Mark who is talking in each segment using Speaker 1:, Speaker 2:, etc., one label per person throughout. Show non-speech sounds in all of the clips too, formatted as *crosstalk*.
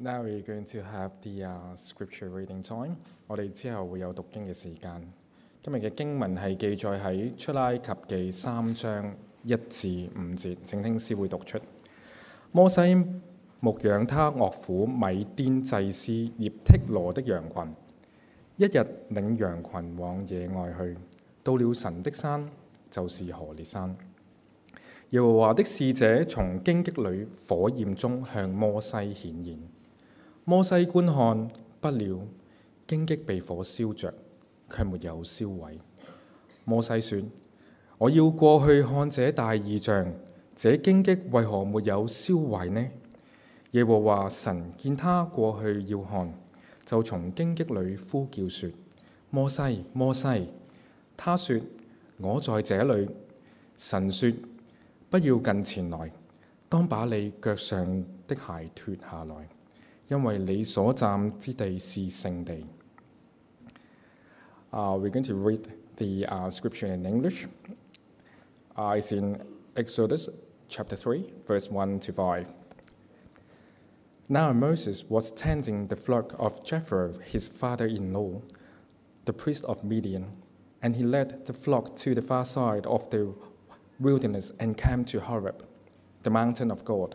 Speaker 1: Now we're going to have the uh, scripture reading time。我哋之後會有讀經嘅時間。今日嘅經文係記載喺出埃及記三章一至五節，請聽師會讀出。摩西牧養他岳父米甸祭司葉剔羅的羊群，一日領羊群往野外去，到了神的山，就是何烈山。耶和華的使者從荊棘裏火焰中向摩西顯現。摩西觀看，不料荊棘被火燒着，卻沒有燒毀。摩西說：我要過去看這大異象，這荊棘為何沒有燒毀呢？耶和華神見他過去要看，就從荊棘裏呼叫說：摩西，摩西！他說：我在這裏。神說：不要近前來，當把你腳上的鞋脱下來，因為你所站之地是聖地。Uh, we're going to read the uh, scripture in English. Uh, it's in Exodus chapter 3, verse 1 to 5. Now Moses was tending the flock of Jethro, his father in law, the priest of Midian, and he led the flock to the far side of the wilderness and came to Horeb, the mountain of God.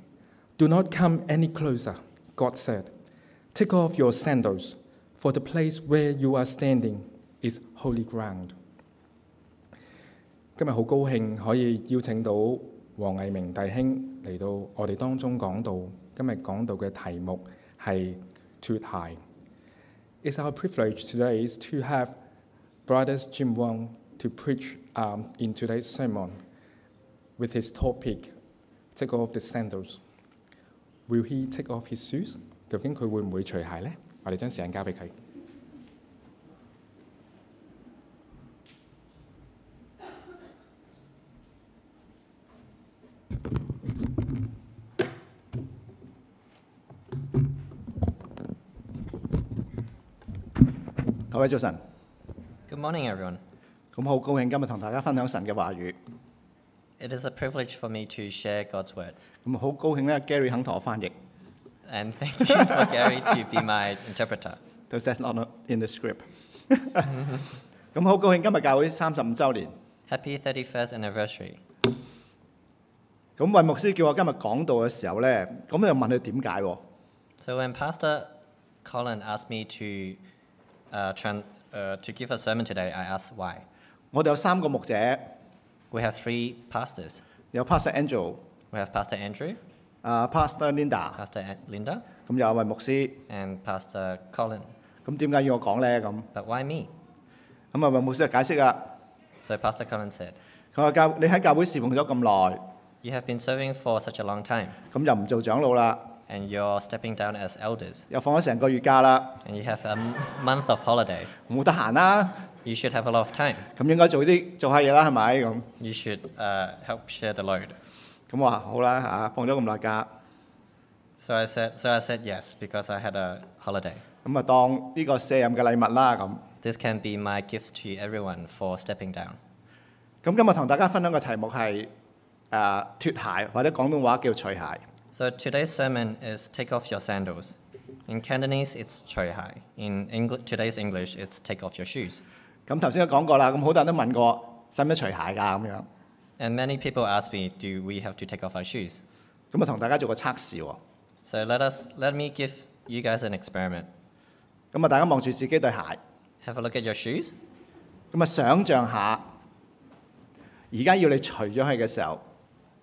Speaker 1: Do not come any closer, God said. Take off your sandals, for the place where you are standing is holy ground. 今日好高興可以邀請到黃毅明弟兄嚟到我哋當中講道。今日講到嘅題目係脱鞋。It's our privilege today is to have brothers Jim Wong to preach um, in today's sermon with his topic take off the sandals. Will he take off his shoes？究竟佢會唔會除鞋呢？我哋將時間交俾佢。
Speaker 2: 各位早晨，
Speaker 3: Good morning, everyone.
Speaker 2: 咁好高興今日同大家分享神嘅話語。
Speaker 3: It is a privilege for me to share God's word.
Speaker 2: 咁好高興咧，Gary 肯同我翻譯。
Speaker 3: And *laughs* thank you for Gary to be my interpreter.
Speaker 2: Does that not in the script？咁好高興今日教會三十五週年。
Speaker 3: Happy 31st anniversary.
Speaker 2: 咁運牧師叫我今日講道嘅時候咧，咁我就問佢點解喎？
Speaker 3: So when Pastor Colin asked me to uh, tran- uh, to give a sermon today, I asked why.
Speaker 2: 我哋有三個牧者，
Speaker 3: We have three pastors.
Speaker 2: 有 Pastor Angel、
Speaker 3: We have Pastor Andrew,
Speaker 2: 啊 Pastor Linda，
Speaker 3: Pastor An- Linda,
Speaker 2: 咁有運牧師。
Speaker 3: and Pastor Colin.
Speaker 2: 咁點解要我講咧？咁咁啊
Speaker 3: But why me?，
Speaker 2: 運牧師就解釋啦。
Speaker 3: So Pastor Colin said,
Speaker 2: 佢話教你喺教會侍奉咗咁耐，
Speaker 3: "You have been serving for such a long time,
Speaker 2: 咁又唔做長老啦，
Speaker 3: and you're stepping down as elders,
Speaker 2: 又放咗成個月假啦，
Speaker 3: and you have a m- month of holiday."
Speaker 2: 冇得閒啦，
Speaker 3: You should have a lot of time.
Speaker 2: 咁應該做啲做下嘢啦，係咪咁？
Speaker 3: You should uh, help share the load.
Speaker 2: 咁我話好啦嚇、啊放咗咁耐假，
Speaker 3: So I said, so I said yes because I had a holiday.
Speaker 2: 咁啊當呢個卸任嘅禮物啦咁。
Speaker 3: This can be my gift to everyone for stepping down.
Speaker 2: 咁今日同大家分享嘅題目係誒脱鞋，或者廣東話叫除鞋。
Speaker 3: So today's sermon is take off your sandals. In Cantonese, it's choi hai. In Engl- today's English, it's take off your shoes.
Speaker 2: 咁頭先都講過啦，咁好多人都問過使唔使除鞋㗎咁樣。
Speaker 3: And many people ask me, do we have to take off our shoes?
Speaker 2: 咁啊同大家做個測試喎。
Speaker 3: So let us, let me give you guys an experiment.
Speaker 2: 咁啊大家望住自己對鞋，
Speaker 3: Have a look at your shoes
Speaker 2: 咁啊想像下，而家要你除咗佢嘅時候，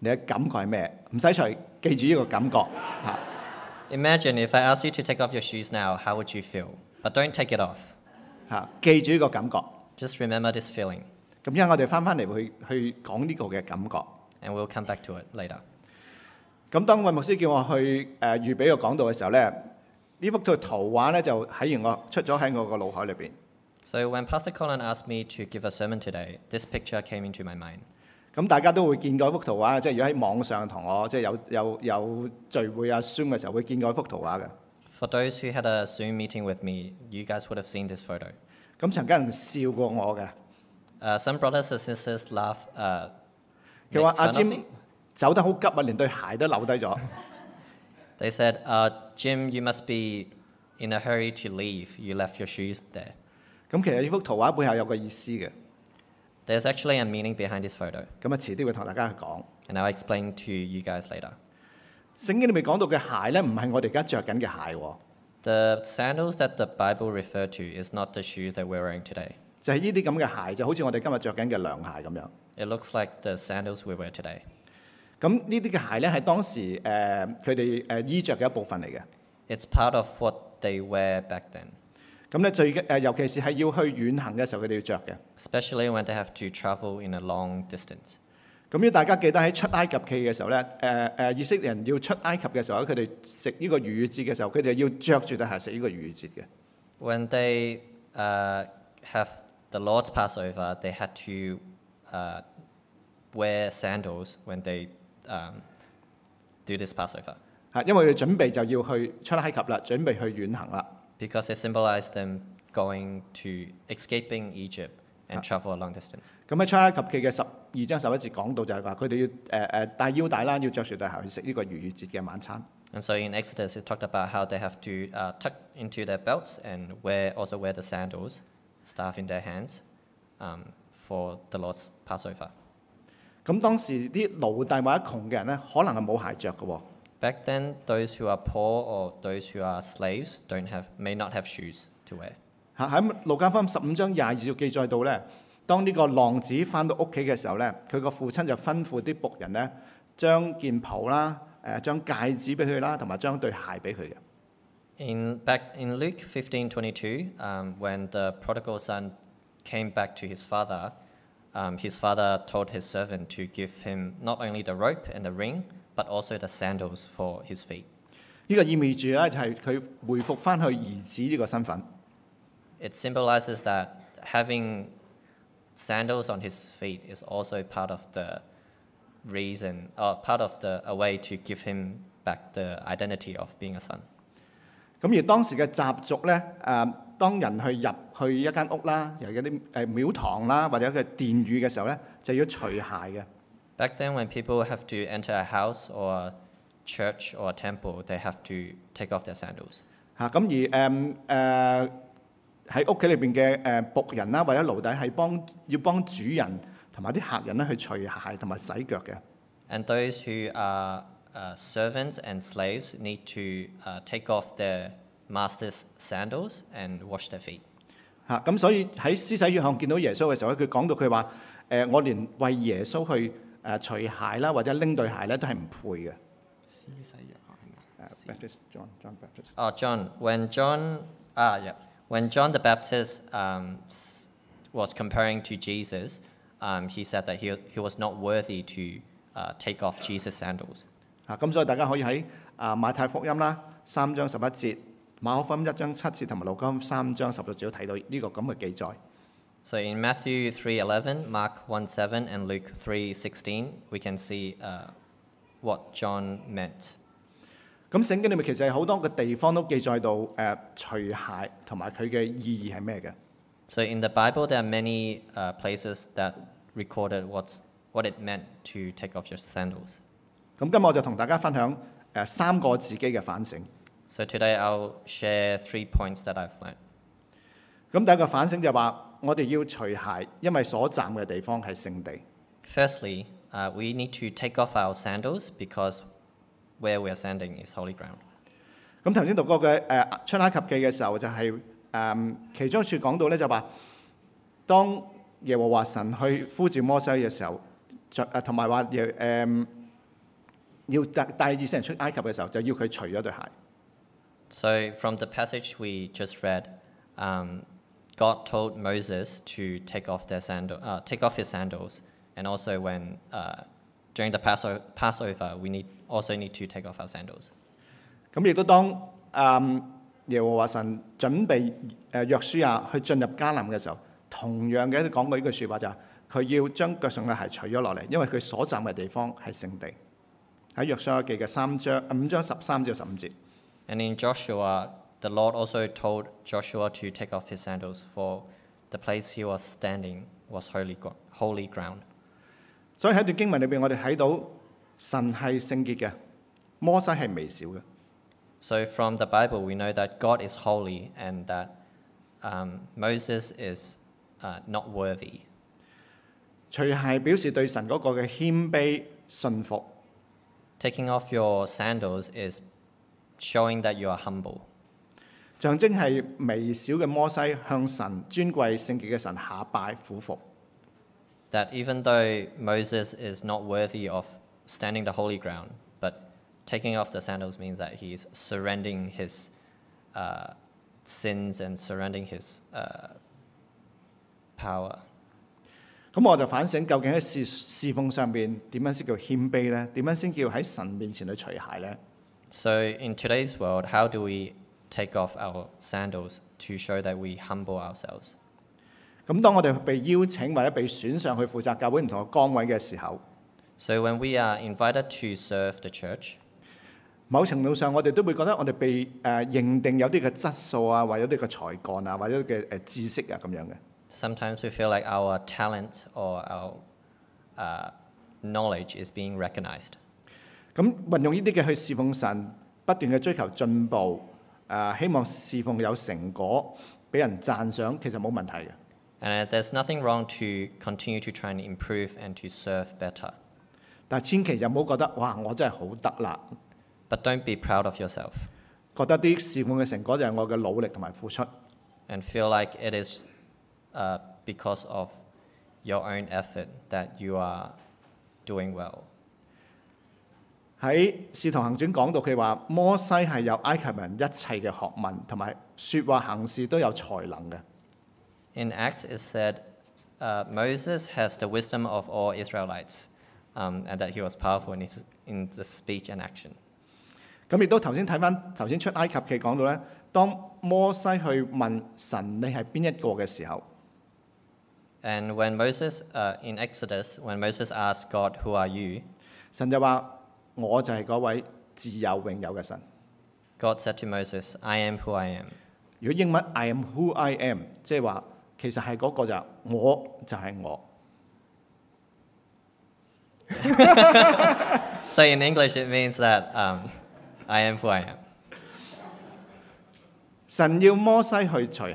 Speaker 2: 你嘅感覺係咩？唔使除，記住呢個感覺嚇。
Speaker 3: Imagine if I asked you to take off your shoes now, how would you feel? But don't take it off.
Speaker 2: 嚇，記住呢個感覺。
Speaker 3: Just remember this feeling,
Speaker 2: 咁因為我哋翻翻嚟去去講呢個嘅感覺。
Speaker 3: and we'll come back to it later.
Speaker 2: 咁當位牧師叫我去誒、呃、預備個講道嘅時候咧，呢幅圖圖畫咧就喺我出咗喺我個腦海裏邊。
Speaker 3: So when Pastor Colin asked me to give a sermon today, this picture came into my mind.
Speaker 2: 咁大家都會見過一幅圖畫，即係如果喺網上同我即係有有有聚會啊 Zoom 嘅時候會見過一幅圖畫嘅。
Speaker 3: For those who had a Zoom meeting with me, you guys would have seen this photo.
Speaker 2: 咁曾經有人笑過我嘅，
Speaker 3: Uh, some brothers and sisters laugh. Uh,
Speaker 2: 佢
Speaker 3: make
Speaker 2: 話
Speaker 3: fun
Speaker 2: 阿
Speaker 3: of
Speaker 2: 詹
Speaker 3: me.
Speaker 2: 走得好急啊，連對鞋都扭低咗。
Speaker 3: They said, uh, Jim, you must be in a hurry to leave. You left your shoes there.
Speaker 2: 咁其實呢幅圖畫背後有個意思嘅，
Speaker 3: There's actually a meaning behind this photo,
Speaker 2: 咁啊遲啲會同大家去講。
Speaker 3: and I'll explain to you guys later.
Speaker 2: 聖經裏面講到嘅鞋咧，唔係我哋而家着緊嘅鞋喎，
Speaker 3: The sandals that the Bible referred to is not the shoes that we're wearing today.
Speaker 2: 就係呢啲咁嘅鞋，就好似我哋今日着緊嘅涼鞋咁樣。
Speaker 3: It looks like the sandals we wear today.
Speaker 2: 咁呢啲嘅鞋咧係當時誒佢哋誒衣着嘅一部分嚟嘅。
Speaker 3: It's part of what they wear back then,
Speaker 2: 咁咧最誒、呃尤其是係要去遠行嘅時候，佢哋要着嘅。
Speaker 3: especially when they have to travel in a long distance.
Speaker 2: 咁要大家記得喺出埃及記嘅時候咧，誒、誒、以色列人要出埃及嘅時候，佢哋食呢個逾越節嘅時候，佢哋要着住對鞋食呢個逾越節嘅。
Speaker 3: When they uh, have the Lord's Passover, they had to uh, wear sandals when they um, do this Passover
Speaker 2: 嚇，因為佢哋準備就要去出埃及啦，準備去遠行啦。
Speaker 3: because it symbolized them going to escaping Egypt and travel a long distance.
Speaker 2: 咁喺出埃及記嘅十二章十一節講到就係話，佢哋要誒誒帶腰帶啦，要着住對鞋去食呢個逾越節嘅晚餐。
Speaker 3: And so in Exodus, it talked about how they have to uh, tuck into their belts and wear also wear the sandals, staff in their hands, um, for the Lord's Passover.
Speaker 2: 咁當時啲奴隸或者窮嘅人咧，可能係冇鞋着嘅喎。
Speaker 3: Back then, those who are poor or those who are slaves don't have, may not have shoes to wear.
Speaker 2: 嚇喺路加福音十五章廿二節記載到咧，當呢個浪子翻到屋企嘅時候咧，佢個父親就吩咐啲仆人咧，將件袍啦、誒、將戒指俾佢啦，同埋將對鞋俾佢嘅。
Speaker 3: In, back in Luke 15:22, um, when the prodigal son came back to his father, um, his father told his servant to give him not only the rope and the ring, but also the sandals for his feet.
Speaker 2: 呢個意味住咧，就係佢回復翻去兒子呢個身份。
Speaker 3: It symbolizes that having sandals on his feet is also part of the reason, or part of the a way to give him back the identity of being a son.
Speaker 2: 咁而當時嘅習俗咧，誒、當人去入去一間屋啦，又有啲誒廟堂啦，或者佢殿宇嘅時候咧，就要除鞋嘅。
Speaker 3: Back then, when people have to enter a house or a church or a temple, they have to take off their sandals.
Speaker 2: 嚇咁而嗯誒誒喺屋企裏邊嘅誒仆人啊啦，或者奴隸係幫要幫主人同埋啲客人咧去除鞋同埋洗腳嘅。
Speaker 3: And those who are uh, servants and slaves need to uh, take off their master's sandals and wash their feet.
Speaker 2: 嚇咁所以喺施洗約翰見到耶穌嘅時候咧，佢講到佢話誒我連為耶穌去誒除鞋啦，或者拎對鞋咧都係唔配嘅。誒 Baptist John John Baptist。
Speaker 3: Oh, John. When John, ah, yeah, when John the Baptist um, s- was comparing to Jesus, um, he said that he, he was not worthy to uh, take off Jesus' sandals.
Speaker 2: 啊，咁所以大家可以喺啊馬太福音啦三章十一節、馬可福音一章七節同埋路加福音三章十六節都睇到呢個咁嘅記載。
Speaker 3: So in Matthew 3:11, Mark 1:7, and Luke 3:16, we can see uh, what John meant.
Speaker 2: 咁聖經裏面其實係好多個地方都記載到誒、呃除鞋同埋佢嘅意義係咩嘅。
Speaker 3: So in the Bible, there are many uh, places that recorded what's, what it meant to take off your sandals.
Speaker 2: 咁今日我就同大家分享誒、呃三個自己嘅反省。
Speaker 3: So today, I'll share three points that I've learned.
Speaker 2: 咁第一個反省就係話，我哋要除鞋，因為所站嘅地方係聖地。
Speaker 3: Firstly, uh, we need to take off our sandals because where we are standing is holy ground.
Speaker 2: 咁頭先讀過嘅誒出埃及記嘅時候就係、嗯其中一處講到咧就話，當耶和華神去呼召摩西嘅時候，著誒同埋話耶誒要帶帶以色列人出埃及嘅時候，就要佢除咗對鞋。
Speaker 3: So, from the passage we just read, um, God told Moses to take off their sandal, uh, take off his sandals, and also when uh, During the Passo- Passover, we need, also need to take off our sandals.
Speaker 2: 咁亦都當誒、嗯耶和華神準備誒約書亞去進入迦南嘅時候，同樣嘅講過呢句説話就係、佢要將腳上嘅鞋除咗落嚟，因為佢所站嘅地方係聖地。喺約書亞記嘅三章五章十三至十五節，
Speaker 3: And in Joshua, the Lord also told Joshua to take off his sandals, for the place he was standing was holy, gro- holy ground.
Speaker 2: 所以喺段經文裏邊，我哋睇到神係聖潔嘅，摩西係微小嘅。
Speaker 3: So from the Bible, we know that God is holy and that um, Moses is uh, not worthy.
Speaker 2: 除鞋表示對神嗰個嘅謙卑信服，
Speaker 3: Taking off your sandals is showing that you are humble.
Speaker 2: 象徵係微小嘅摩西向神尊貴聖潔嘅神下拜俯伏。
Speaker 3: That even though Moses is not worthy of standing the holy ground, but taking off the sandals means that he is surrendering his uh, sins and surrendering his uh, power.
Speaker 2: 咁我就反省，究竟喺侍侍奉上邊點樣先叫謙卑呢？點樣先叫喺神面前去除鞋呢？
Speaker 3: So in today's world, how do we take off our sandals to show that we humble ourselves?
Speaker 2: 咁當我哋被邀請或者被選上去負責教會唔同嘅崗位嘅時候，
Speaker 3: So when we are invited to serve the church,
Speaker 2: 某程度上我哋都會覺得我哋被誒、呃、認定有啲嘅質素啊，或者有啲嘅才幹啊，或者嘅誒知識啊咁樣嘅。
Speaker 3: sometimes we feel like our talent or our uh, knowledge is being recognized.
Speaker 2: 咁運用呢啲嘅去侍奉神，不斷嘅追求進步，誒、希望侍奉有成果，俾人讚賞，其實冇問題嘅。
Speaker 3: And uh, there's nothing wrong to continue to try and improve and to serve better.
Speaker 2: 但係千祈就唔好覺得哇，我真係好得啦，
Speaker 3: But don't be proud of yourself
Speaker 2: 覺得啲侍奉嘅成果就係我嘅努力同埋付出。
Speaker 3: and feel like it is uh, because of your own effort that you are doing well.
Speaker 2: 喺《使徒行傳》講到佢話，摩西係有埃及人一切嘅學問同埋説話行事都有才能嘅。
Speaker 3: In Acts, it said uh, Moses has the wisdom of all Israelites um, and that he was powerful in, his, in the speech and action.
Speaker 2: 咁亦都頭先睇翻頭先出埃及記講到咧，當摩西去問神你係邊一個嘅時候，
Speaker 3: And when Moses, uh, in Exodus, when Moses asked God, Who are you?
Speaker 2: 神就話：我就係嗰位自有永有嘅神。
Speaker 3: God said to Moses, I am who I am.
Speaker 2: 如果英文 I am who I am，即係話其實係嗰個就係我就係我。
Speaker 3: So in English, it means that um, I am who I am.
Speaker 2: 神要摩西去除鞋，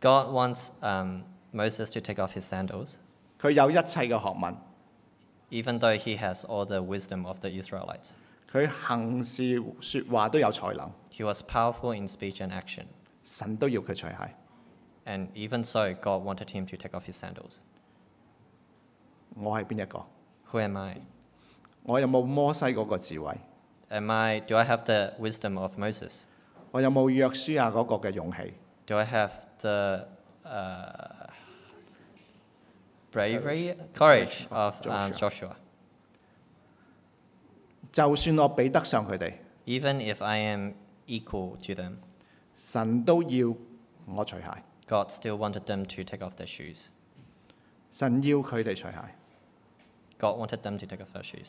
Speaker 3: God wants um, Moses to take off his sandals,
Speaker 2: 佢有一切嘅學問，
Speaker 3: even though he has all the wisdom of the Israelites.
Speaker 2: 佢行事説話都有才能，
Speaker 3: He was powerful in speech and action.
Speaker 2: 神都要佢除鞋。
Speaker 3: And even so, God wanted him to take off his sandals.
Speaker 2: 我係邊一個？
Speaker 3: Who am I?
Speaker 2: 我有冇摩西嗰個智慧？
Speaker 3: Am I? Do I have the wisdom of Moses?
Speaker 2: 我有冇約書亞嗰個嘅勇氣？
Speaker 3: Do I have the uh, bravery, courage of um,
Speaker 2: Joshua.
Speaker 3: Joshua?
Speaker 2: 就算我比得上佢哋，
Speaker 3: Even if I am equal to them,
Speaker 2: 神都要我除鞋，
Speaker 3: God still wanted them to take off their shoes.
Speaker 2: 神要佢哋除鞋。
Speaker 3: God wanted them to take off their shoes.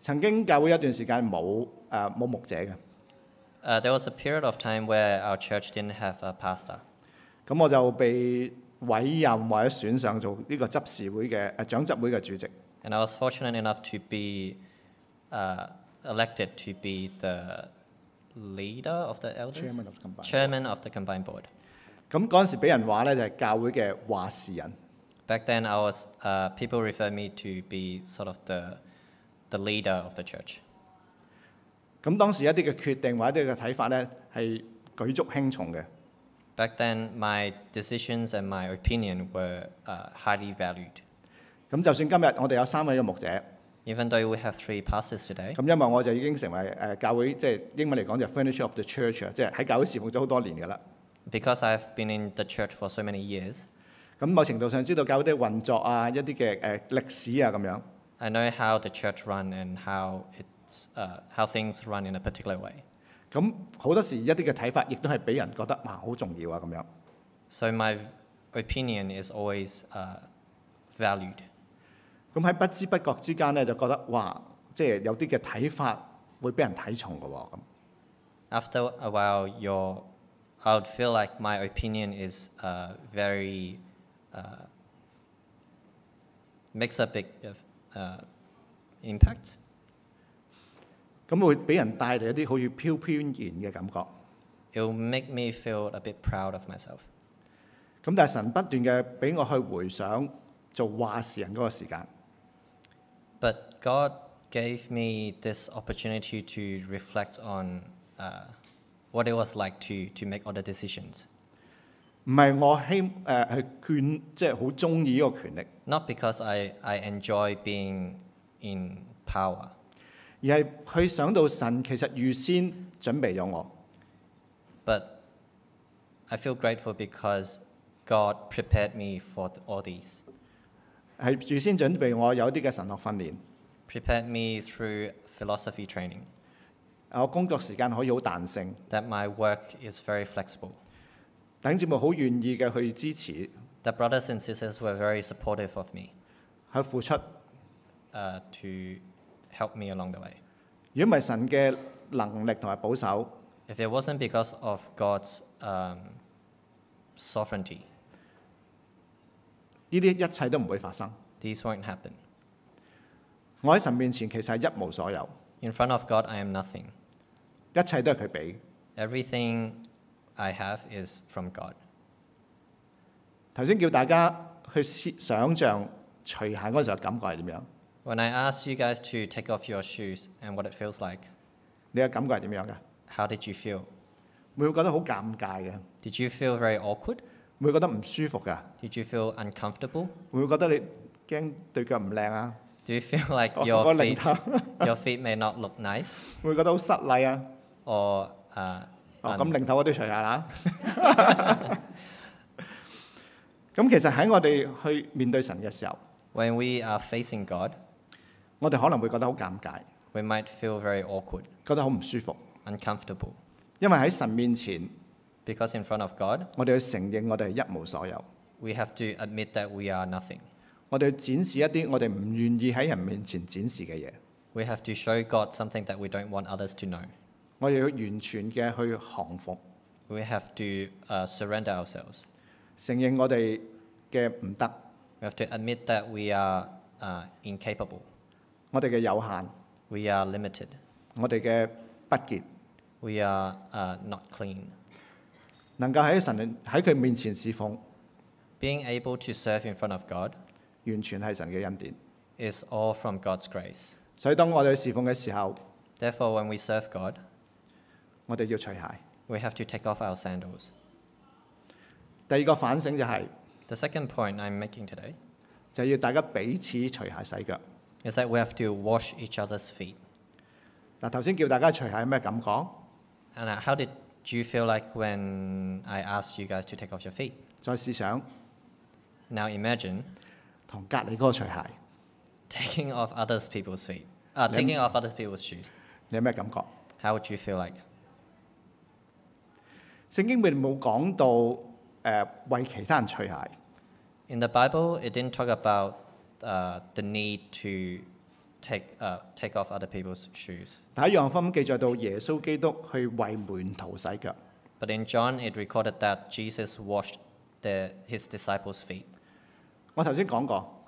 Speaker 2: 曾經教會有一段時間冇誒冇牧者嘅，
Speaker 3: Uh, there was a period of time where our church didn't have a pastor,
Speaker 2: 咁我就被委任或者選上做呢個執事會嘅呃誒長執會嘅主席。
Speaker 3: and I was fortunate enough to be uh, elected to be the leader of the elders,
Speaker 2: Chairman of the combined
Speaker 3: chairman of the combined board.
Speaker 2: 咁嗰陣時俾人話咧就係、教會嘅話事人，
Speaker 3: Back then, I was uh, people referred me to be sort of the the leader of the church,
Speaker 2: 咁當時一啲嘅決定或者一啲嘅睇法咧係舉足輕重嘅。
Speaker 3: Back then, my decisions and my opinion were uh, highly valued.
Speaker 2: 咁就算今日我哋有三位嘅牧者，咁
Speaker 3: Even though we have three pastors today,
Speaker 2: 因為我就已經成為誒、呃教會即係英文嚟講就 furniture of the church 啊，即係喺教會侍奉咗好多年㗎啦。
Speaker 3: because I've been in the church for so many years,
Speaker 2: 咁某程度上知道教會啲運作啊，一啲嘅誒歷史啊咁樣。
Speaker 3: I know how the church run and how it's uh, how things run in a particular way.
Speaker 2: 咁好多時一啲嘅睇法，亦都係俾人覺得哇好重要啊咁樣。
Speaker 3: So my v- opinion is always uh, valued.
Speaker 2: 咁喺不知不覺之間咧，就覺得哇，即係有啲嘅睇法會俾人睇重嘅喎。咁
Speaker 3: After a while, your I would feel like my opinion is uh, very uh, makes a big uh, impact.
Speaker 2: 咁會俾人帶嚟一啲好似飄飄然嘅感覺。
Speaker 3: It will make me feel a bit proud of myself.
Speaker 2: 咁但係神不斷嘅俾我去回想做話事人嗰個時間，
Speaker 3: But God gave me this opportunity to reflect on uh, what it was like to, to make all the decisions.
Speaker 2: 唔係我希誒、呃、去勸，即係好中意呢個權力，
Speaker 3: Not because I, I enjoy being in power,
Speaker 2: 而係去想到神其實預先準備咗我，
Speaker 3: but I feel grateful because God prepared me for th- all these.
Speaker 2: 係預先準備我有一啲嘅神學訓練，
Speaker 3: Prepared me through philosophy training,
Speaker 2: 我工作時間可以好彈性，
Speaker 3: that my work is very flexible.
Speaker 2: 弟兄姊妹好願意嘅去支持，
Speaker 3: The brothers and sisters were very supportive of me
Speaker 2: 去付出。
Speaker 3: uh, to help me along the way.
Speaker 2: 如果唔係神嘅能力同埋保守，
Speaker 3: If it wasn't because of God's um, sovereignty,
Speaker 2: 呢啲一切都唔會發生。
Speaker 3: these won't happen.
Speaker 2: 我喺神面前其實係一無所有，
Speaker 3: In front of God, I am nothing.
Speaker 2: 一切都係佢俾。
Speaker 3: Everything I have is from God.
Speaker 2: 頭先叫大家去思想像除鞋嗰陣時候感覺係點樣，
Speaker 3: When I asked you guys to take off your shoes and what it feels like,
Speaker 2: 你嘅感覺係點樣嘅？
Speaker 3: how did you feel?
Speaker 2: 會唔會覺得好尷尬嘅？
Speaker 3: Did you feel very awkward?
Speaker 2: 會唔會覺得唔舒服嘅？
Speaker 3: Did you feel uncomfortable?
Speaker 2: 會唔會覺得你驚對腳唔靚啊？
Speaker 3: Do you feel *laughs* like
Speaker 2: 我我
Speaker 3: your
Speaker 2: 零
Speaker 3: feet,
Speaker 2: 頭
Speaker 3: your feet may not look nice
Speaker 2: 會唔會覺得好失禮啊？
Speaker 3: or uh,
Speaker 2: 哦，
Speaker 3: un-
Speaker 2: 咁零頭我都除下啦。 *laughs* 咁其實喺我哋去面對神嘅時候，
Speaker 3: when we are facing God,
Speaker 2: 我哋可能會覺得好尷尬，
Speaker 3: we might feel very awkward,
Speaker 2: 覺得好唔舒服，
Speaker 3: uncomfortable,
Speaker 2: 因為喺神面前，
Speaker 3: because in front of God,
Speaker 2: 我哋去承認我哋係一無所有，
Speaker 3: we have to admit that we are nothing.
Speaker 2: 我哋去展示一啲我哋唔願意喺人面前展示嘅嘢，
Speaker 3: We have to show God something that we don't want others to know.
Speaker 2: 我哋要完全嘅去降服，
Speaker 3: We have to uh, surrender ourselves.
Speaker 2: 承認我哋嘅唔得，
Speaker 3: We have to admit that we are uh, incapable.
Speaker 2: 我哋嘅有限，
Speaker 3: We are limited.
Speaker 2: 我哋嘅不潔，
Speaker 3: We are uh, not clean.
Speaker 2: 能夠喺神喺佢面前侍奉，
Speaker 3: Being able to serve in front of God
Speaker 2: 完全係神嘅恩典。
Speaker 3: is all from God's grace.
Speaker 2: 所以當我哋去侍奉嘅時候，
Speaker 3: Therefore, when we serve God,
Speaker 2: 我哋要除鞋。
Speaker 3: we have to take off our sandals.
Speaker 2: 第二個反省就係、
Speaker 3: The second point I'm making today
Speaker 2: 就要大家彼此除鞋洗腳。
Speaker 3: is that we have to wash each other's feet.
Speaker 2: 嗱，頭先叫大家除鞋有咩感覺？
Speaker 3: And uh, how did you feel like when I asked you guys to take off your feet?
Speaker 2: 再試想
Speaker 3: Now imagine *laughs*
Speaker 2: 同隔離嗰個除鞋，
Speaker 3: taking off others people's feet, uh, taking off others people's shoes.
Speaker 2: 你有咩感覺？
Speaker 3: How would you feel like?
Speaker 2: 聖經並冇講到誒、呃、為其他人除鞋，
Speaker 3: In the Bible, it didn't talk about uh, the need to take uh, take off other people's shoes.
Speaker 2: 但喺約翰福音記載到耶穌基督去為門徒洗腳。
Speaker 3: But in John, it recorded that Jesus washed the, his disciples' feet.
Speaker 2: 我頭先講過，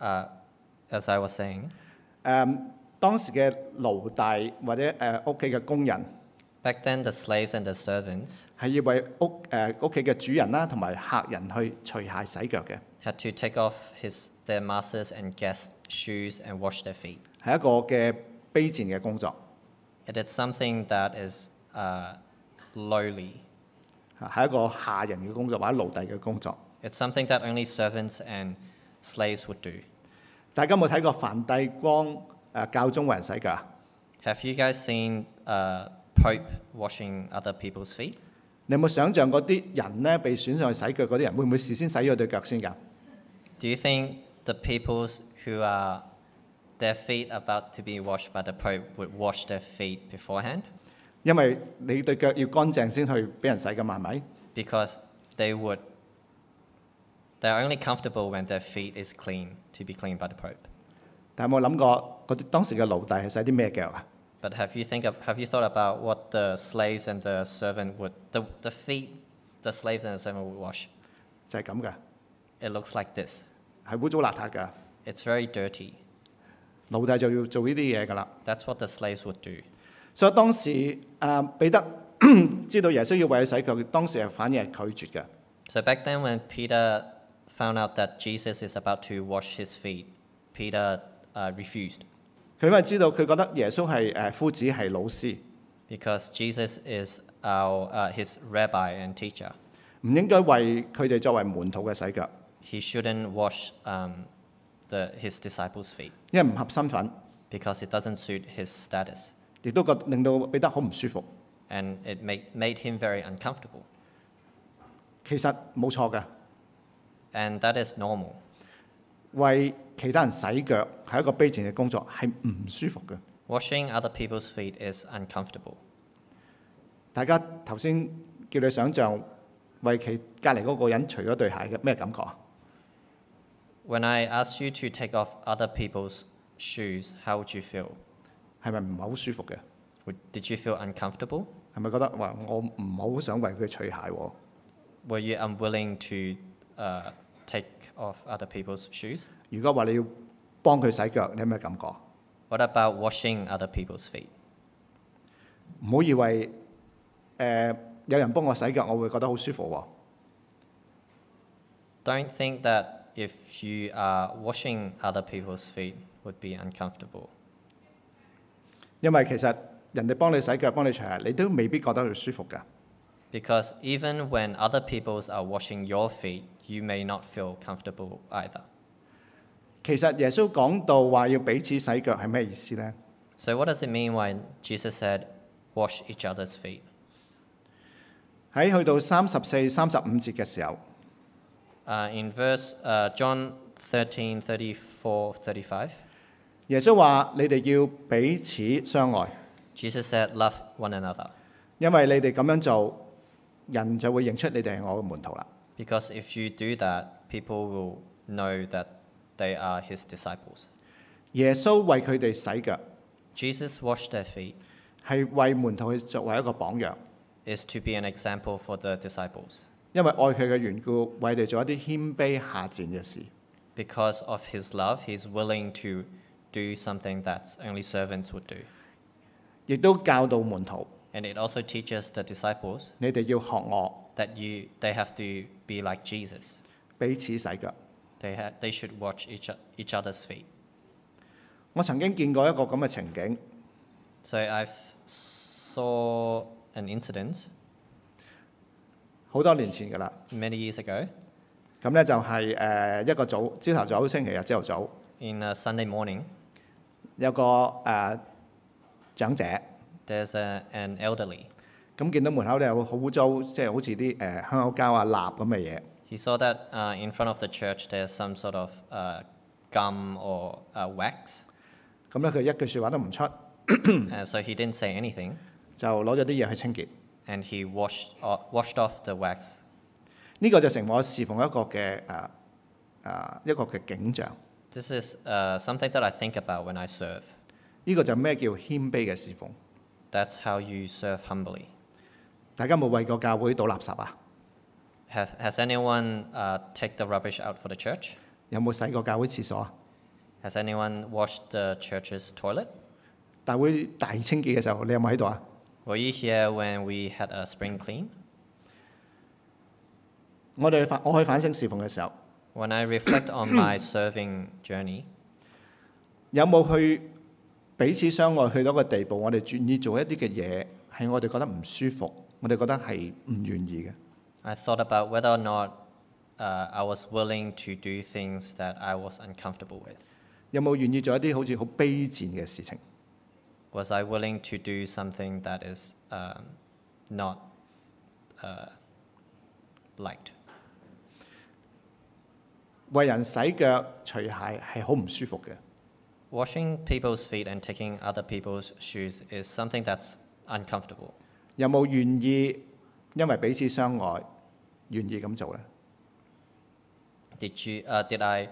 Speaker 3: Uh, as I was saying,
Speaker 2: 誒、當時呃嘅奴隸或者誒屋企嘅工人
Speaker 3: back then the slaves and the servants
Speaker 2: 係要為屋誒屋企嘅主人啦同埋客人去除鞋洗腳嘅，
Speaker 3: had to take off his their masters and guests' shoes and wash their feet.
Speaker 2: 係一個嘅卑賤嘅工作，
Speaker 3: It is something that is uh, lowly.
Speaker 2: 係一個下人嘅工作或者奴隸嘅工作。
Speaker 3: It's something that only servants and slaves would do.
Speaker 2: 大家有冇睇過梵蒂岡誒、呃教宗為人洗腳啊？
Speaker 3: Have you guys seen uh, Pope washing other people's feet?
Speaker 2: 你你有冇想象嗰啲人咧被選上去洗腳嗰啲人，會唔會事先洗咗對腳先㗎？
Speaker 3: Do you think the peoples who are their feet about to be washed by the Pope would wash their feet beforehand?
Speaker 2: 因為你對腳要乾淨先去俾人洗㗎嘛，係咪？
Speaker 3: Because they would they're only comfortable when their feet is clean to be cleaned by the Pope.
Speaker 2: 但有冇諗過嗰啲當時嘅奴隸係洗啲咩腳啊？
Speaker 3: But have you think of, have you thought about what the slaves and the servant would the, the feet the slaves and the servant would wash?
Speaker 2: 就係咁嘅，
Speaker 3: It looks like this.
Speaker 2: 係污糟邋遢㗎。
Speaker 3: It's very dirty.
Speaker 2: 奴隸就要做呢啲嘢㗎啦。
Speaker 3: That's what the slaves would do.
Speaker 2: 所以當時誒、呃彼得 *coughs* 知道耶穌要為佢洗腳，當時係反而係拒絕嘅。
Speaker 3: So back then, when Peter found out that Jesus is about to wash his feet, Peter uh, refused
Speaker 2: 佢因為知道佢覺得耶穌係誒夫子係老師，
Speaker 3: because Jesus is our uh, his rabbi and teacher.
Speaker 2: 唔應該為佢哋作為門徒嘅洗腳，
Speaker 3: He shouldn't wash um, the, his disciples' feet
Speaker 2: 因為唔合身份，
Speaker 3: because it doesn't suit his status,
Speaker 2: 亦都覺令到彼得好唔舒服。
Speaker 3: and it made made him very uncomfortable.
Speaker 2: 其實冇錯嘅，
Speaker 3: And that is normal.
Speaker 2: 為其他人洗腳係一個卑賤嘅工作，係唔舒服嘅。
Speaker 3: Washing other people's feet is uncomfortable.
Speaker 2: 大家頭先叫你想象為其隔離嗰個人除咗對鞋嘅咩感覺啊？
Speaker 3: When I ask you to take off other people's shoes, how would you feel?
Speaker 2: 係咪唔係好舒服嘅？
Speaker 3: Would, did you feel uncomfortable?
Speaker 2: 係咪覺得話我唔好想為佢除鞋喎？
Speaker 3: Were you unwilling to uh, take off other people's shoes?
Speaker 2: 如果話你要幫佢洗腳，你有咩感覺？
Speaker 3: What about washing other people's feet?
Speaker 2: 唔好以為誒、呃有人幫我洗腳，我會覺得好舒服喎。
Speaker 3: Don't think that if you are washing other people's feet would be uncomfortable
Speaker 2: 因為其實人哋幫你洗腳、幫你除鞋，你都未必覺得佢舒服㗎。
Speaker 3: because even when other people's are washing your feet, you may not feel comfortable either.
Speaker 2: 其實耶穌講到話要彼此洗腳係咩意思呢？
Speaker 3: So what does it mean when Jesus said, "Wash each other's feet"?
Speaker 2: 喺去到三十四、三十五節嘅時候，
Speaker 3: Uh, in verse uh, John 13, 34, 35,
Speaker 2: 耶穌話：你哋要彼此相愛，
Speaker 3: Jesus said, "Love one another."
Speaker 2: 因為你哋咁樣做，人就會認出你哋係我嘅門徒啦。
Speaker 3: Because if you do that, people will know that they are his disciples.
Speaker 2: 耶穌為佢哋洗腳，
Speaker 3: Jesus washed their feet
Speaker 2: 係為門徒去作為一個榜樣，
Speaker 3: is to be an example for the disciples
Speaker 2: 因為愛佢嘅緣故，為佢哋做一啲謙卑下賤嘅事。
Speaker 3: because of his love he's willing to do something that only servants would do
Speaker 2: 亦都教導門徒，
Speaker 3: and it also teaches the disciples
Speaker 2: 你哋要學我
Speaker 3: that you they have to be like jesus
Speaker 2: 彼此洗腳。
Speaker 3: they, ha- they should watch each, o- each other's feet
Speaker 2: 我曾經見過一個咁嘅情景，
Speaker 3: so i've saw an incident
Speaker 2: 好多年前㗎啦。
Speaker 3: many years ago
Speaker 2: 咁咧就係、呃一個早朝頭早星期日朝頭早，
Speaker 3: in a sunday morning
Speaker 2: 有個誒、呃、長者，
Speaker 3: there's a, an elderly
Speaker 2: 咁見到門口咧有好污糟，即係好似啲誒香口膠啊、蠟咁嘅嘢。
Speaker 3: He saw that uh, in front of the church there's some sort of uh, gum or uh, wax,
Speaker 2: 咁咧佢一句説話都唔出，
Speaker 3: uh, so he didn't say anything,
Speaker 2: 就攞咗啲嘢去清潔。
Speaker 3: and he washed uh, washed off the wax.
Speaker 2: 呢、個就成為我侍奉一個嘅誒誒一個嘅景象。呢、
Speaker 3: This is uh, something that I think about when I serve.
Speaker 2: 個就咩叫謙卑嘅侍奉？
Speaker 3: That's how you serve humbly.
Speaker 2: 大家有冇為個教會倒垃圾啊？
Speaker 3: Has, has anyone uh, take the rubbish out for the church?
Speaker 2: 有冇洗過教會廁所啊？
Speaker 3: Has anyone washed the church's toilet?
Speaker 2: 大會大清潔嘅時候，你有冇喺度啊？
Speaker 3: Were you here when we had a spring clean?
Speaker 2: 我哋反我去反省侍奉嘅時候，
Speaker 3: When I reflect on my serving journey,
Speaker 2: 有冇去彼此相愛去到一個地步，我哋願意做一啲嘅嘢，係我哋覺得唔舒服，我哋覺得係唔願意嘅。
Speaker 3: I thought about whether or not uh, I was willing to do things that I was uncomfortable with.
Speaker 2: 有冇願意做一啲好似好卑賤嘅事情？
Speaker 3: Was I willing to do something that is um, not uh, liked.
Speaker 2: 為人洗腳除鞋係好唔舒服嘅。
Speaker 3: Washing people's feet and taking other people's shoes is something that's uncomfortable.
Speaker 2: 有冇願意因為彼此相愛，願意咁做呢？
Speaker 3: Did you? Uh, did I?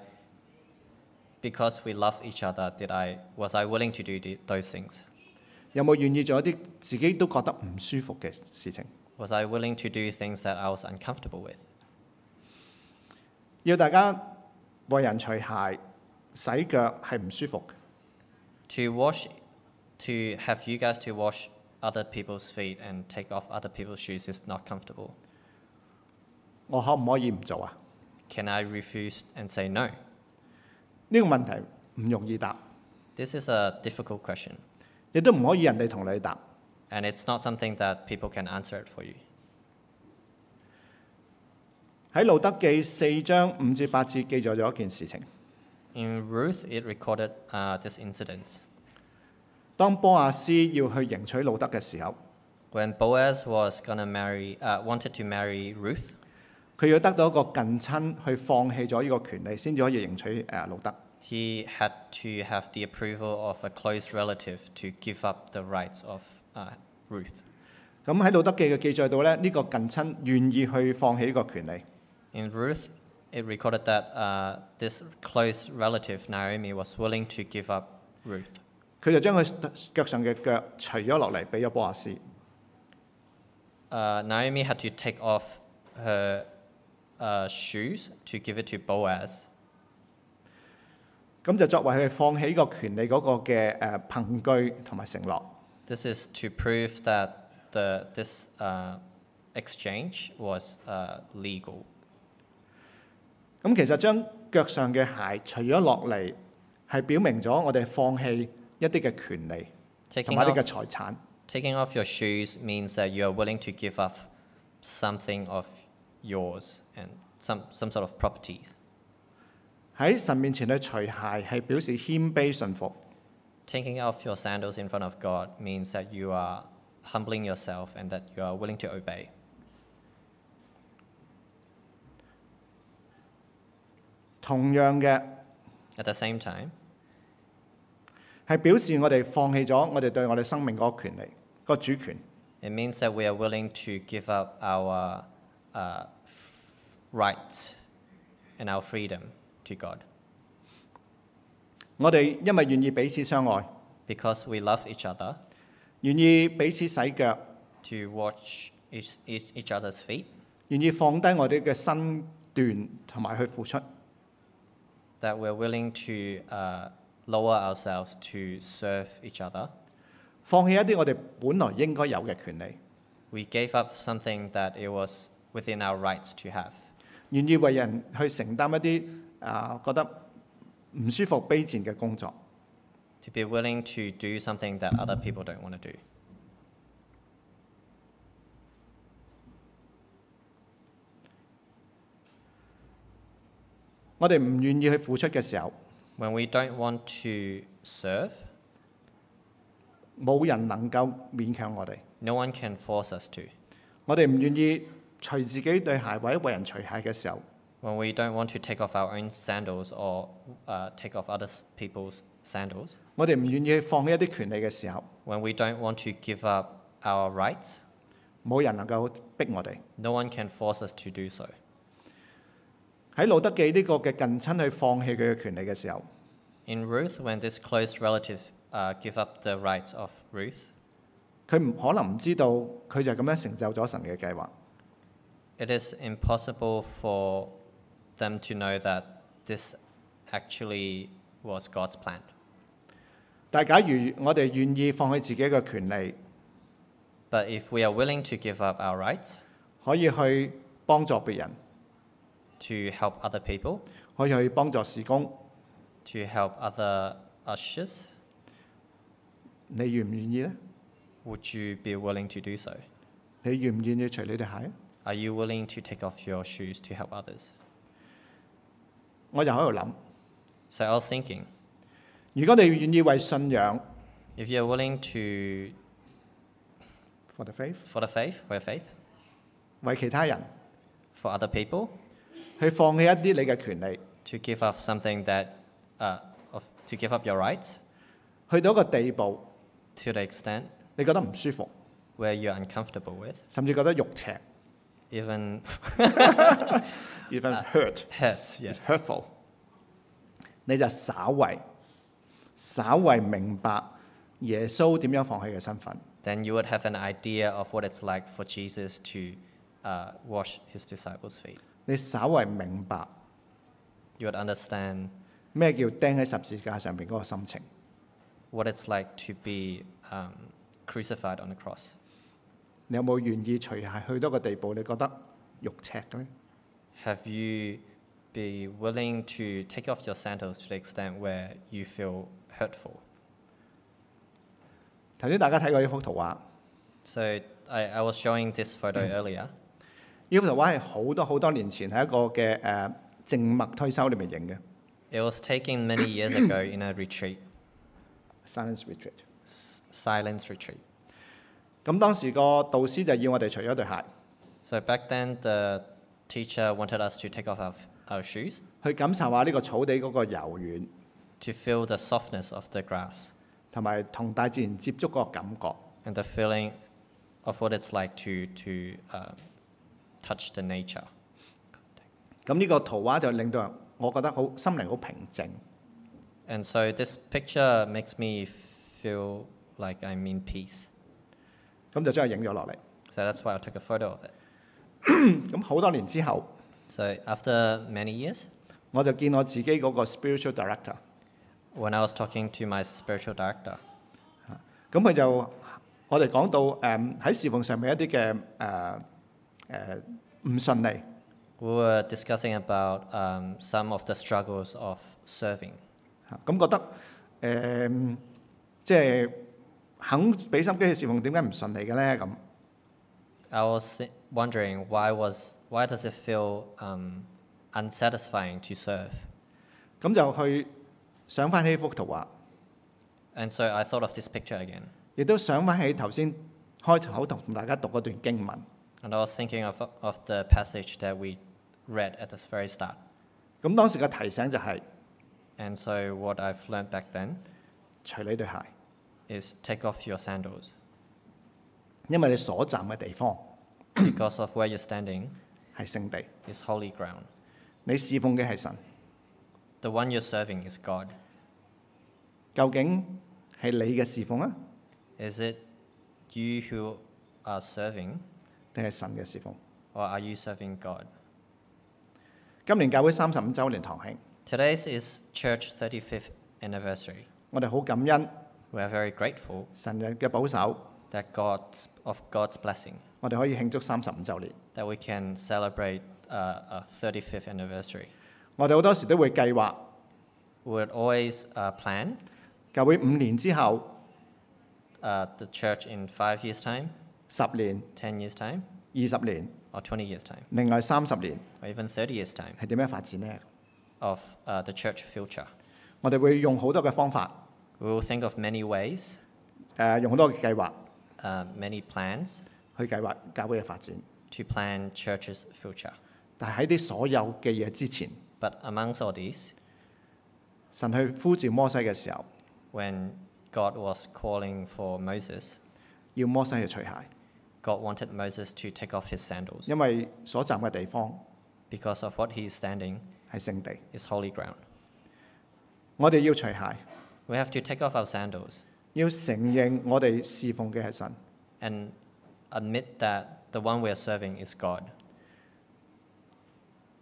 Speaker 3: Because we love each other, did I? Was I willing to do the, those things?
Speaker 2: 有冇願意做一啲自己都覺得唔舒服嘅事情？
Speaker 3: Was I willing to do things that I was uncomfortable with?
Speaker 2: 要大家為人除鞋洗腳係唔舒服嘅，
Speaker 3: To wash, to have you guys to wash other people's feet and take off other people's shoes is not comfortable.
Speaker 2: 我可唔可以唔做啊？
Speaker 3: Can I refuse and say no?
Speaker 2: 呢、個問題唔容易答，
Speaker 3: This is a difficult question,
Speaker 2: 亦都唔可以人哋同你答。
Speaker 3: and it's not something that people can answer it for you.
Speaker 2: 喺路德記四章五至八節記載咗一件事情。
Speaker 3: In Ruth, it recorded uh, this incident.
Speaker 2: 當波亞斯要去迎娶路德嘅時候，
Speaker 3: When Boaz was gonna marry, uh, wanted to marry Ruth,
Speaker 2: 佢要得到一個近親去放棄咗呢個權利，先至可以迎娶誒路德。
Speaker 3: he had to have the approval of a close relative to give up the rights of uh, Ruth.
Speaker 2: 咁喺路德記嘅記載到咧，呢、個近親願意去放棄呢個權利。
Speaker 3: In Ruth, it recorded that uh, this close relative, Naomi, was willing to give up Ruth.
Speaker 2: 佢就將佢腳上嘅腳除咗落嚟，俾咗波亞斯。
Speaker 3: Uh, Naomi had to take off her uh, shoes to give it to Boaz.
Speaker 2: 咁就作為佢放棄呢個權利嗰個嘅誒憑據同埋承諾。
Speaker 3: This is to prove that the, this uh, exchange was uh, legal.
Speaker 2: 咁其實將腳上嘅鞋除咗落嚟，係表明咗我哋放棄一啲嘅權利同
Speaker 3: Taking
Speaker 2: 埋一啲
Speaker 3: off,
Speaker 2: 嘅財產。
Speaker 3: taking off your shoes means that you are willing to give up something of yours and some, some sort of properties.
Speaker 2: 喺神面前去除鞋係表示謙卑順服。
Speaker 3: Taking off your sandals in front of God means that you are humbling yourself and that you are willing to obey.
Speaker 2: 同樣嘅
Speaker 3: At the same time,
Speaker 2: 係表示我哋放棄咗我哋對我哋生命嗰個權利、個主權。
Speaker 3: It means that we are willing to give up our uh, f- rights and our freedom to God
Speaker 2: 我哋因為願意彼此相愛，
Speaker 3: because we love each other
Speaker 2: 願意彼此洗腳，
Speaker 3: to watch each, each, each other's feet,
Speaker 2: 願意放低我哋嘅身段同埋去付出。
Speaker 3: that we're willing to uh, lower ourselves to serve each other.
Speaker 2: 放棄一啲我哋本來應該有嘅權利，
Speaker 3: We gave up something that it was within our rights to have,
Speaker 2: 願意為人去承擔一啲啊、覺得唔舒服、卑賤嘅工作。
Speaker 3: to be willing to do something that other people don't want to do.
Speaker 2: 我哋唔願意去付出嘅時候，
Speaker 3: When we don't want to serve,
Speaker 2: 冇人能夠勉強我哋。
Speaker 3: no one can force us to.
Speaker 2: 我哋唔願意除自己對鞋或者為人除鞋嘅時候，
Speaker 3: when we don't want to take off our own sandals or uh, take off other s- people's sandals,
Speaker 2: 我哋唔願意去放棄一啲權利嘅時候，
Speaker 3: when we don't want to give up our rights,
Speaker 2: 冇人能夠逼我哋。
Speaker 3: no one can force us to do so.
Speaker 2: 喺路德記呢個嘅近親去放棄佢嘅權利嘅時候，
Speaker 3: In Ruth, when this close relative uh, give up the rights of Ruth,
Speaker 2: 佢唔可能唔知道佢就咁樣成就咗神嘅計劃。
Speaker 3: it is impossible for them to know that this actually was God's plan.
Speaker 2: 但係假如我哋願意放棄自己嘅權利，
Speaker 3: But if we are willing to give up our rights
Speaker 2: 可以去幫助別人，
Speaker 3: to help other people,
Speaker 2: 可以去幫助事工，
Speaker 3: to help other ushers,
Speaker 2: 你願唔願意呢？
Speaker 3: would you be willing to do so?
Speaker 2: 你願唔願意除你對鞋啊？
Speaker 3: Are you willing to take off your shoes to help others?
Speaker 2: 我就喺度諗，
Speaker 3: So I was thinking,
Speaker 2: 如果你願意為信仰
Speaker 3: if you're willing to
Speaker 2: for the faith，
Speaker 3: for the faith, for your faith,
Speaker 2: 為其他人
Speaker 3: for other people,
Speaker 2: 去放棄一啲你嘅權利，
Speaker 3: to give up something that, uh, of, to give up your rights
Speaker 2: 去到一個地步，
Speaker 3: to the extent
Speaker 2: 你覺得唔舒服，
Speaker 3: where you're uncomfortable with,
Speaker 2: 甚至覺得肉赤
Speaker 3: even *laughs*
Speaker 2: ，even hurt。
Speaker 3: pets, yes.
Speaker 2: It's hurtful。你就稍為稍為明白耶穌點樣放棄嘅身份，
Speaker 3: Then you would have an idea of what it's like for Jesus to uh, wash his disciples' feet.
Speaker 2: 你稍為明白
Speaker 3: You would understand
Speaker 2: 咩叫釘喺十字架上邊嗰個心情。
Speaker 3: what it's like to be um, crucified on the cross.
Speaker 2: 你有冇願意除鞋去到個地步，你覺得肉赤嘅咧？
Speaker 3: Have you be willing to take off your sandals to the extent where you feel hurtful?
Speaker 2: 頭先大家睇過呢幅圖畫，
Speaker 3: So I, I was showing this photo earlier.
Speaker 2: 呢幅圖畫係好多好多年前喺一個嘅誒、呃、靜默推修裏面影嘅
Speaker 3: It was taken many years ago in a retreat,
Speaker 2: silence retreat。
Speaker 3: s- silence retreat.
Speaker 2: 咁當時個導師就要我哋除咗對鞋，
Speaker 3: So back then, the teacher wanted us to take off our, our shoes
Speaker 2: 去感受下呢個草地嗰個柔軟，
Speaker 3: to feel the softness of the grass
Speaker 2: 同埋同大自然接觸嗰個感覺。
Speaker 3: and the feeling of what it's like to, to uh, touch the nature.
Speaker 2: 咁呢個圖畫就令到人我覺得好心靈好平靜。
Speaker 3: And so this picture makes me feel like I'm in peace.
Speaker 2: 咁就將佢影咗落嚟。
Speaker 3: So that's why I took a photo of it.
Speaker 2: 咁好多年之後，
Speaker 3: So after many years,
Speaker 2: 我就見我自己嗰個 spiritual director，
Speaker 3: when I was talking to my spiritual director,
Speaker 2: 咁佢就我哋講到誒喺、侍奉上面一啲嘅誒誒唔順利，
Speaker 3: we were discussing about um, some of the struggles of serving.
Speaker 2: 嚇啊咁覺得誒、即係肯俾心機去侍奉，點解唔順利嘅咧？咁
Speaker 3: I was th- wondering why was why does it feel um, unsatisfying to serve?
Speaker 2: 咁就去想翻起幅圖畫，
Speaker 3: And so I thought of this picture again,
Speaker 2: 亦都想翻起頭先開口同大家讀嗰段經文。
Speaker 3: and I was thinking of of the passage that we read at the very start.
Speaker 2: 咁當時嘅提醒就係、
Speaker 3: And so what I've learned back then
Speaker 2: 除你對鞋。
Speaker 3: is take off your sandals
Speaker 2: 因為你所站嘅地方
Speaker 3: because of where you're standing
Speaker 2: 係聖地，
Speaker 3: is holy ground.
Speaker 2: 你侍奉嘅係神。
Speaker 3: The one you're serving is God.
Speaker 2: 究竟係你嘅侍奉啊，
Speaker 3: Is it you who are serving,
Speaker 2: 定係神嘅侍奉？
Speaker 3: or are you serving God?
Speaker 2: 今年教會三十五週年堂慶，
Speaker 3: Today's is church 35th anniversary.
Speaker 2: 我哋好感恩
Speaker 3: We are very grateful
Speaker 2: 神嘅保守，
Speaker 3: that God's, of God's blessing,
Speaker 2: 我哋可以慶祝三十五週年。
Speaker 3: that we can celebrate uh, a 35th anniversary.
Speaker 2: 我哋好多時都會計劃
Speaker 3: We would always uh, plan
Speaker 2: 教會五年之後、
Speaker 3: uh, the church in five years' time,
Speaker 2: 十年、
Speaker 3: 10 years' time,
Speaker 2: 二十年，
Speaker 3: or 20 years' time,
Speaker 2: 另外三十年
Speaker 3: or even 30 years' time
Speaker 2: 係點樣發展呢？
Speaker 3: of uh, the church future.
Speaker 2: 我哋會用好多嘅方法，
Speaker 3: We will think of many ways,
Speaker 2: 誒、用好多嘅計劃
Speaker 3: uh, many plans
Speaker 2: 去計劃教會嘅發展。
Speaker 3: to plan church's future.
Speaker 2: 但係喺啲所有嘅嘢之前，
Speaker 3: But amongst all these,
Speaker 2: 神去呼召摩西嘅時候，
Speaker 3: when God was calling for Moses,
Speaker 2: 要摩西去除鞋。
Speaker 3: God wanted Moses to take off his sandals
Speaker 2: 因為所站嘅地方
Speaker 3: because of what he is standing
Speaker 2: 係聖地，
Speaker 3: is holy ground.
Speaker 2: 我哋要除鞋，
Speaker 3: We have to take off our sandals
Speaker 2: 要承認我哋侍奉嘅係神。
Speaker 3: and admit that the one we are serving is God.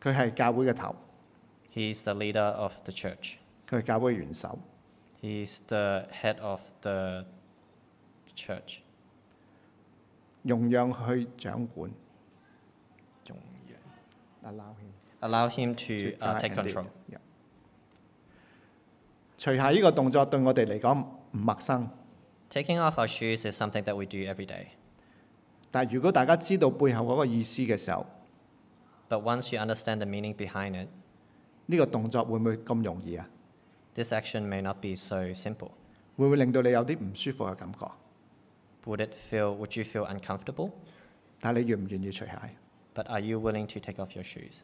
Speaker 2: 佢係教會嘅頭，
Speaker 3: He is the leader of the church.
Speaker 2: 佢係教會嘅元首。
Speaker 3: He is the head of the church.
Speaker 2: 用讓去掌管，allow him
Speaker 3: Allow him to
Speaker 2: to
Speaker 3: uh,
Speaker 2: guide
Speaker 3: take
Speaker 2: and
Speaker 3: control.
Speaker 2: lead. Yeah. 除鞋呢個動作對我哋嚟講唔陌生，
Speaker 3: Taking off our shoes is something that we do every day.
Speaker 2: 但係如果大家知道背後嗰個意思嘅時候，
Speaker 3: But once you understand the meaning behind it,
Speaker 2: 呢、個動作會唔會咁容易啊？
Speaker 3: this action may not be so simple.
Speaker 2: 會唔會令到你有啲唔舒服嘅感覺？
Speaker 3: Would it feel would you feel uncomfortable?
Speaker 2: 但係你願唔願意除鞋？
Speaker 3: But are you willing to take off your shoes?